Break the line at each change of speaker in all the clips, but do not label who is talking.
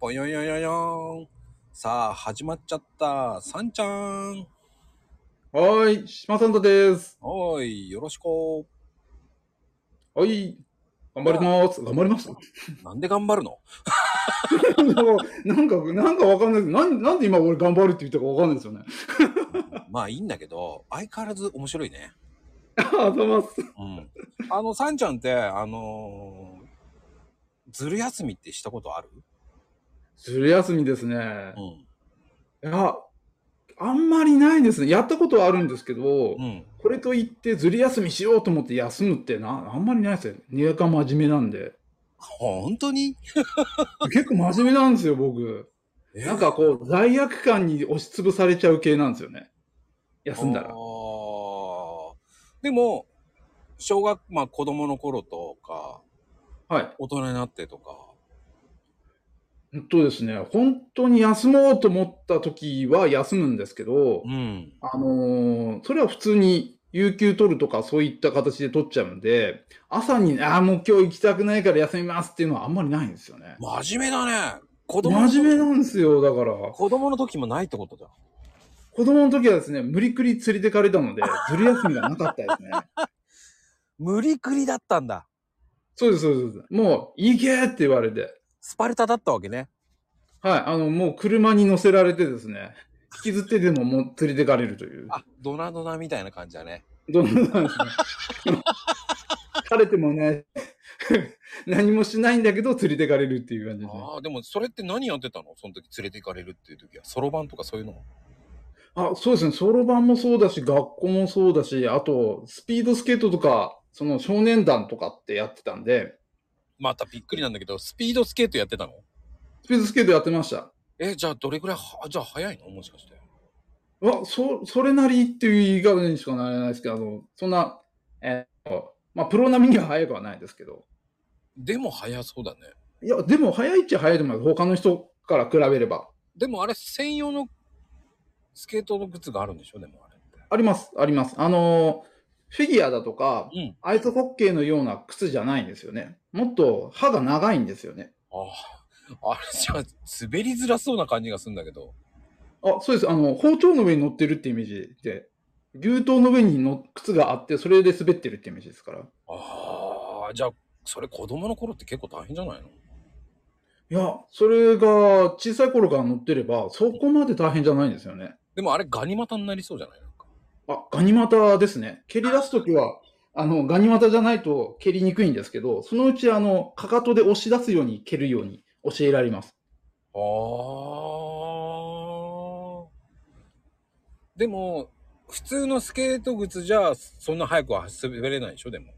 ぽよよよよーん。さあ、始まっちゃった。さんちゃん。
はーい、島サンタです。
おい、よろしく。
はい、頑張ります。頑張りました。
なんで頑張るの
なんか、なんかわかんないですなん。なんで今俺頑張るって言ったかわかんないですよね。
まあいいんだけど、相変わらず面白いね。
あざ ます。
うん。あの、さんちゃんって、あのーずる休みってしたことある
ずる休みですね。
うん。
いや、あんまりないですね。やったことはあるんですけど
う、ん。
これといってずる休みしようと思って休むってな、あんまりないですね。にやか真面目なんで。
本当に
結構真面目なんですよ、僕。なんかこう、罪悪感に押しつぶされちゃう系なんですよね。休んだ
あ
ら。
ーでも、小学、まあ子供の頃とか、
はい。
大人になってとか、
本当ですね、本当に休もうと思った時は休むんですけど、
うん。
あのーそれは普通に有給取るとかそういった形で取っちゃうんで、朝に、ああ、もう今日行きたくないから休みますっていうのはあんまりないんですよね。
真面目だね。子供の時
真面目なんですよ、だから。
子供の時もないってことだ。
子供の時はですね、無理くり連れてかれたので、ずる休みがなかった ですね。
無理くりだったんだ。
そうです、そうですそうです。もう、行けって言われて。
スパルタだったわけね。
はい、あの、もう車に乗せられてですね、引きずってでももう連れてかれるという。
あ、ドナドナみたいな感じだね。
どんなんですね。疲れてもね、何もしないんだけど釣りてかれるっていう感じですね。
ああ、でもそれって何やってたのその時連れて行かれるっていう時は。そろばんとかそういうの。
あ、そうですね。そろばんもそうだし、学校もそうだし、あと、スピードスケートとか、その少年団とかってやってたんで、
またびっくりなんだけど、スピードスケートやってたの
スピードスケートやってました。
え、じゃあどれくらいは、じゃあ早いのもしかして。
わ、そ、それなりっていう言い方にしかなれないですけど、あの、そんな、えーとまあ、プロ並みには早くはないですけど、
でも早そうだね。
いや、でも早いっちゃ早いと思います。他の人から比べれば。
でもあれ専用のスケートの靴があるんでしょでもあれって。
あります、あります。あの、フィギュアだとか、
うん。
アイスホッケーのような靴じゃないんですよね。もっと歯が長いんですよね。
ああ、あれじゃあ滑りづらそうな感じがするんだけど。
あ、そうです。あの、包丁の上に乗ってるってイメージで、牛刀の上にの靴があって、それで滑ってるってイメージですから。い
ああ、じゃあ、それ子供の頃って結構大変じゃないの
や、それが小さい頃から乗ってれば、そこまで大変じゃないんですよね。
でもあれガニ股になりそうじゃないなんか。
あ、ガニ股ですね。蹴り出すときは、あの、ガニ股じゃないと蹴りにくいんですけど、そのうち、あの、かかとで押し出すように蹴るように教えられます。
ああ。でも、普通のスケート靴じゃ、そんな早くは滑れないでしょでも。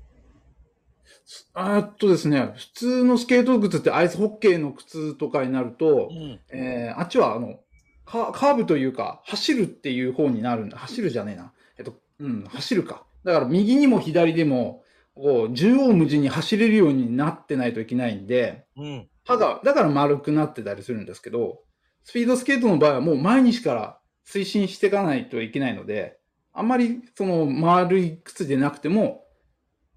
あーっとですね、普通のスケート靴ってアイスホッケーの靴とかになると、
ん。
えーあっちはあのカ、カーブというか、走るっていう方になるんだ。走るじゃねえな。えっと、うん、走るか。だから右にも左でも、こう、縦横無尽に走れるようになってないといけないんで、
うん。
歯が、だから丸くなってたりするんですけど、スピードスケートの場合はもう毎日から推進していかないといけないので、あんまりその丸い靴でなくても、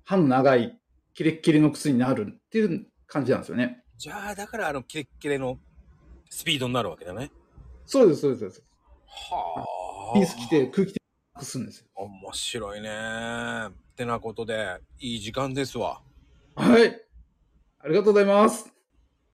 歯の長いキレッキレの靴になるっていう感じなんですよね。
じゃあ、だからあの、キレッキレのスピードになるわけだね。
そうです、そうですそうです。
はあ。
ピース着て空気で隠すんですよ。
面白いねってなことで、いい時間ですわ。
はい。ありがとうございます。